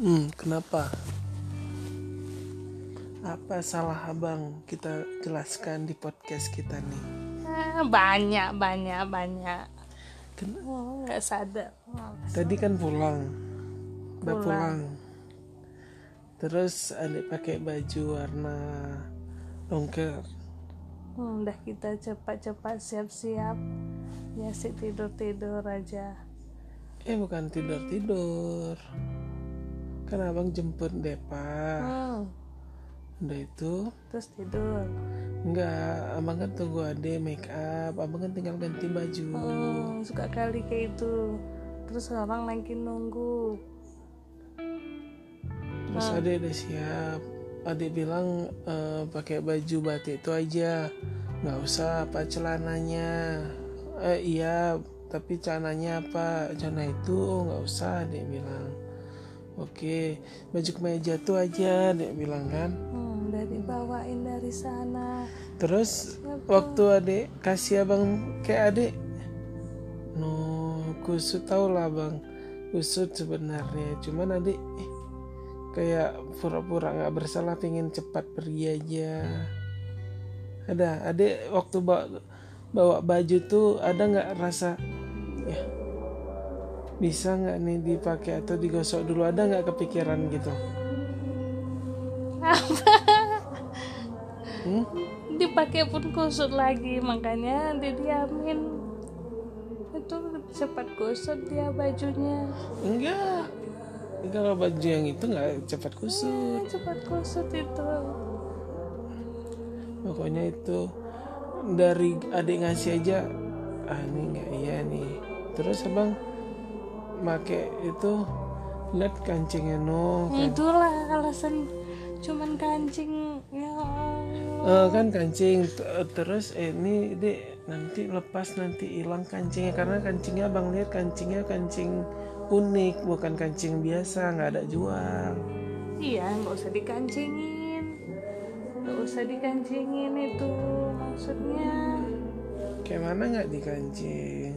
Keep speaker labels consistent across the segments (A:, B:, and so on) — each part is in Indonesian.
A: Hmm, Kenapa? Apa salah abang kita jelaskan di podcast kita nih?
B: Ah, banyak banyak banyak
A: Ken-
B: Oh, nggak sadar Males.
A: Tadi kan pulang, udah
B: Pulang.
A: pulang. Terus adik pakai baju warna longker.
B: Hmm, udah kita cepat-cepat siap-siap ya sih tidur-tidur aja
A: Eh bukan tidur tidur. Kan abang jemput Depa.
B: hmm,
A: Udah itu
B: terus tidur
A: Enggak, abang kan tunggu ade make up, abang kan tinggal ganti baju.
B: hmm, suka kali kayak itu terus orang lagi nunggu
A: Terus ade udah siap. Ade bilang "Eh, pakai baju batik itu aja, nggak usah apa celananya. Eh iya, tapi celananya apa? Celana itu oh, nggak usah, ade bilang. Oke, baju kemeja tuh aja, ade bilang kan.
B: hmm, udah dibawain dari sana
A: Terus waktu adek kasih abang kayak adek, no kusut tau lah bang, kusut sebenarnya. Cuman adek eh, kayak pura-pura nggak bersalah, pengen cepat pergi aja. Ada adek waktu bawa, bawa baju tuh ada nggak rasa ya bisa nggak nih dipakai atau digosok dulu ada nggak kepikiran gitu? Hmm?
B: dipakai pun kusut lagi makanya didiamin itu cepat kusut dia bajunya
A: Enggak. Kalau baju yang itu nggak cepat kusut.
B: Eh, cepat kusut itu
A: Pokoknya itu dari adik ngasih aja. Ah ini nggak iya nih. Terus abang make itu lihat kancingnya no. Kan,
B: itulah alasan cuman kancing ya Allah.
A: Eh, kan kancing T- terus eh, ini dek nanti lepas nanti hilang kancingnya karena kancingnya abang lihat kancingnya kancing unik bukan kancing biasa nggak ada jual.
B: iya nggak usah dikancingin nggak usah dikancingin itu maksudnya
A: Kayak mana nggak dikancing?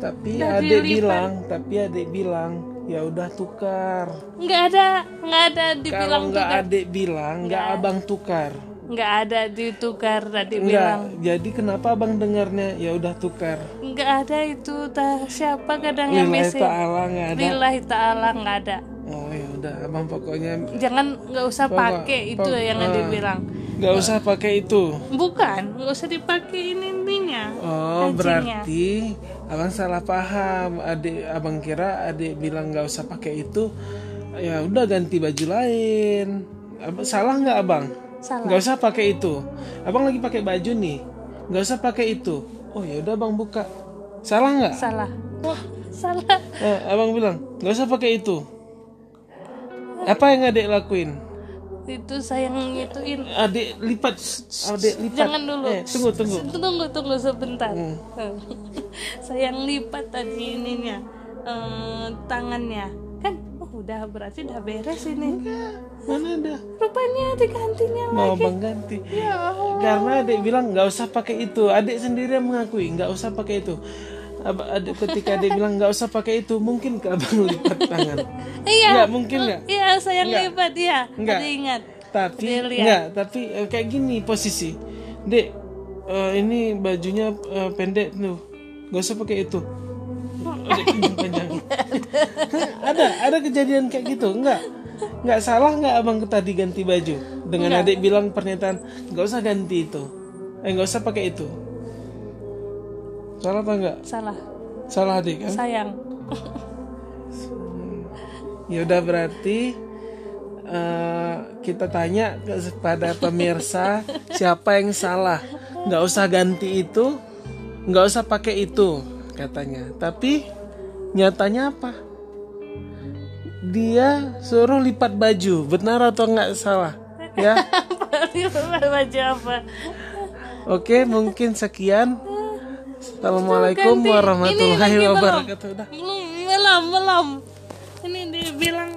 A: Tapi
B: Udah
A: adek
B: dilipat.
A: bilang, tapi adek bilang, ya udah tukar.
B: nggak ada nggak ada dibilang
A: Kalau nggak
B: tukar
A: adek bilang, nggak abang tukar.
B: nggak ada ditukar tadi bilang
A: Enggak. Jadi kenapa abang dengarnya? Ya udah tukar.
B: nggak ada itu tah siapa kadang yang
A: Lillahi
B: mesin
A: ta'ala nggak ada.
B: Lillahi ta'ala nggak ada
A: Oh ya udah, abang pokoknya
B: jangan nggak usah pakai itu
A: pokok-
B: yang
A: ah.
B: dibilang
A: nggak usah pakai itu.
B: bukan nggak usah dipakein intinya
A: Oh
B: Kancingnya.
A: berarti abang salah paham. Adik abang kira adik bilang nggak usah pakai itu. Ya udah ganti baju lain. Ab- salah nggak abang?
B: Salah.
A: Nggak usah pakai itu. Abang lagi pakai baju nih. Nggak usah pakai itu. Oh ya udah abang buka. Salah nggak?
B: salah wah salah
A: Eh, abang bilang nggak usah pakai itu. Apa yang adik lakuin?
B: itu sayang ngituin
A: Adik lipat. Adik lipat.
B: jangan dulu
A: Eh, Hmm. tunggu tunggu.
B: tunggu tunggu sebentar sayang lipat tadi ininya eh, tangannya kan oh, udah berarti udah beres ini
A: Mana ada?
B: rupanya digantinya
A: Mau abang ganti.
B: ya Allah.
A: karena adik bilang nggak usah pakai itu adik sendiri yang mengakui nggak usah pakai itu Ab- adik ketika adik bilang nggak usah pakai itu mungkin ke abang lipat tangan
B: iya
A: nggak mungkin nggak
B: iya sayang lipat iya
A: Nggak.
B: Ada ingat
A: tapi
B: Dia lihat.
A: nggak tapi eh, kayak gini posisi dek eh, ini bajunya eh, pendek tuh nggak usah pakai itu Adik panjang-panjangin. Hah, ada ada kejadian kayak gitu nggak nggak salah nggak abang tadi ganti baju dengan adik bilang pernyataan nggak usah ganti itu eh nggak usah pakai itu salah apa nggak
B: salah
A: salah adik kan
B: sayang
A: ya udah berarti eh, kita tanya kepada pemirsa siapa yang salah nggak usah ganti itu nggak usah pakai itu katanya tapi nyatanya apa dia suruh lipat baju benar atau nggak salah ya
B: baju apa
A: oke mungkin sekian assalamualaikum
B: Ganti. Ini
A: warahmatullahi
B: lagi belum.
A: wabarakatuh Udah.
B: belum belum belum ini dibilang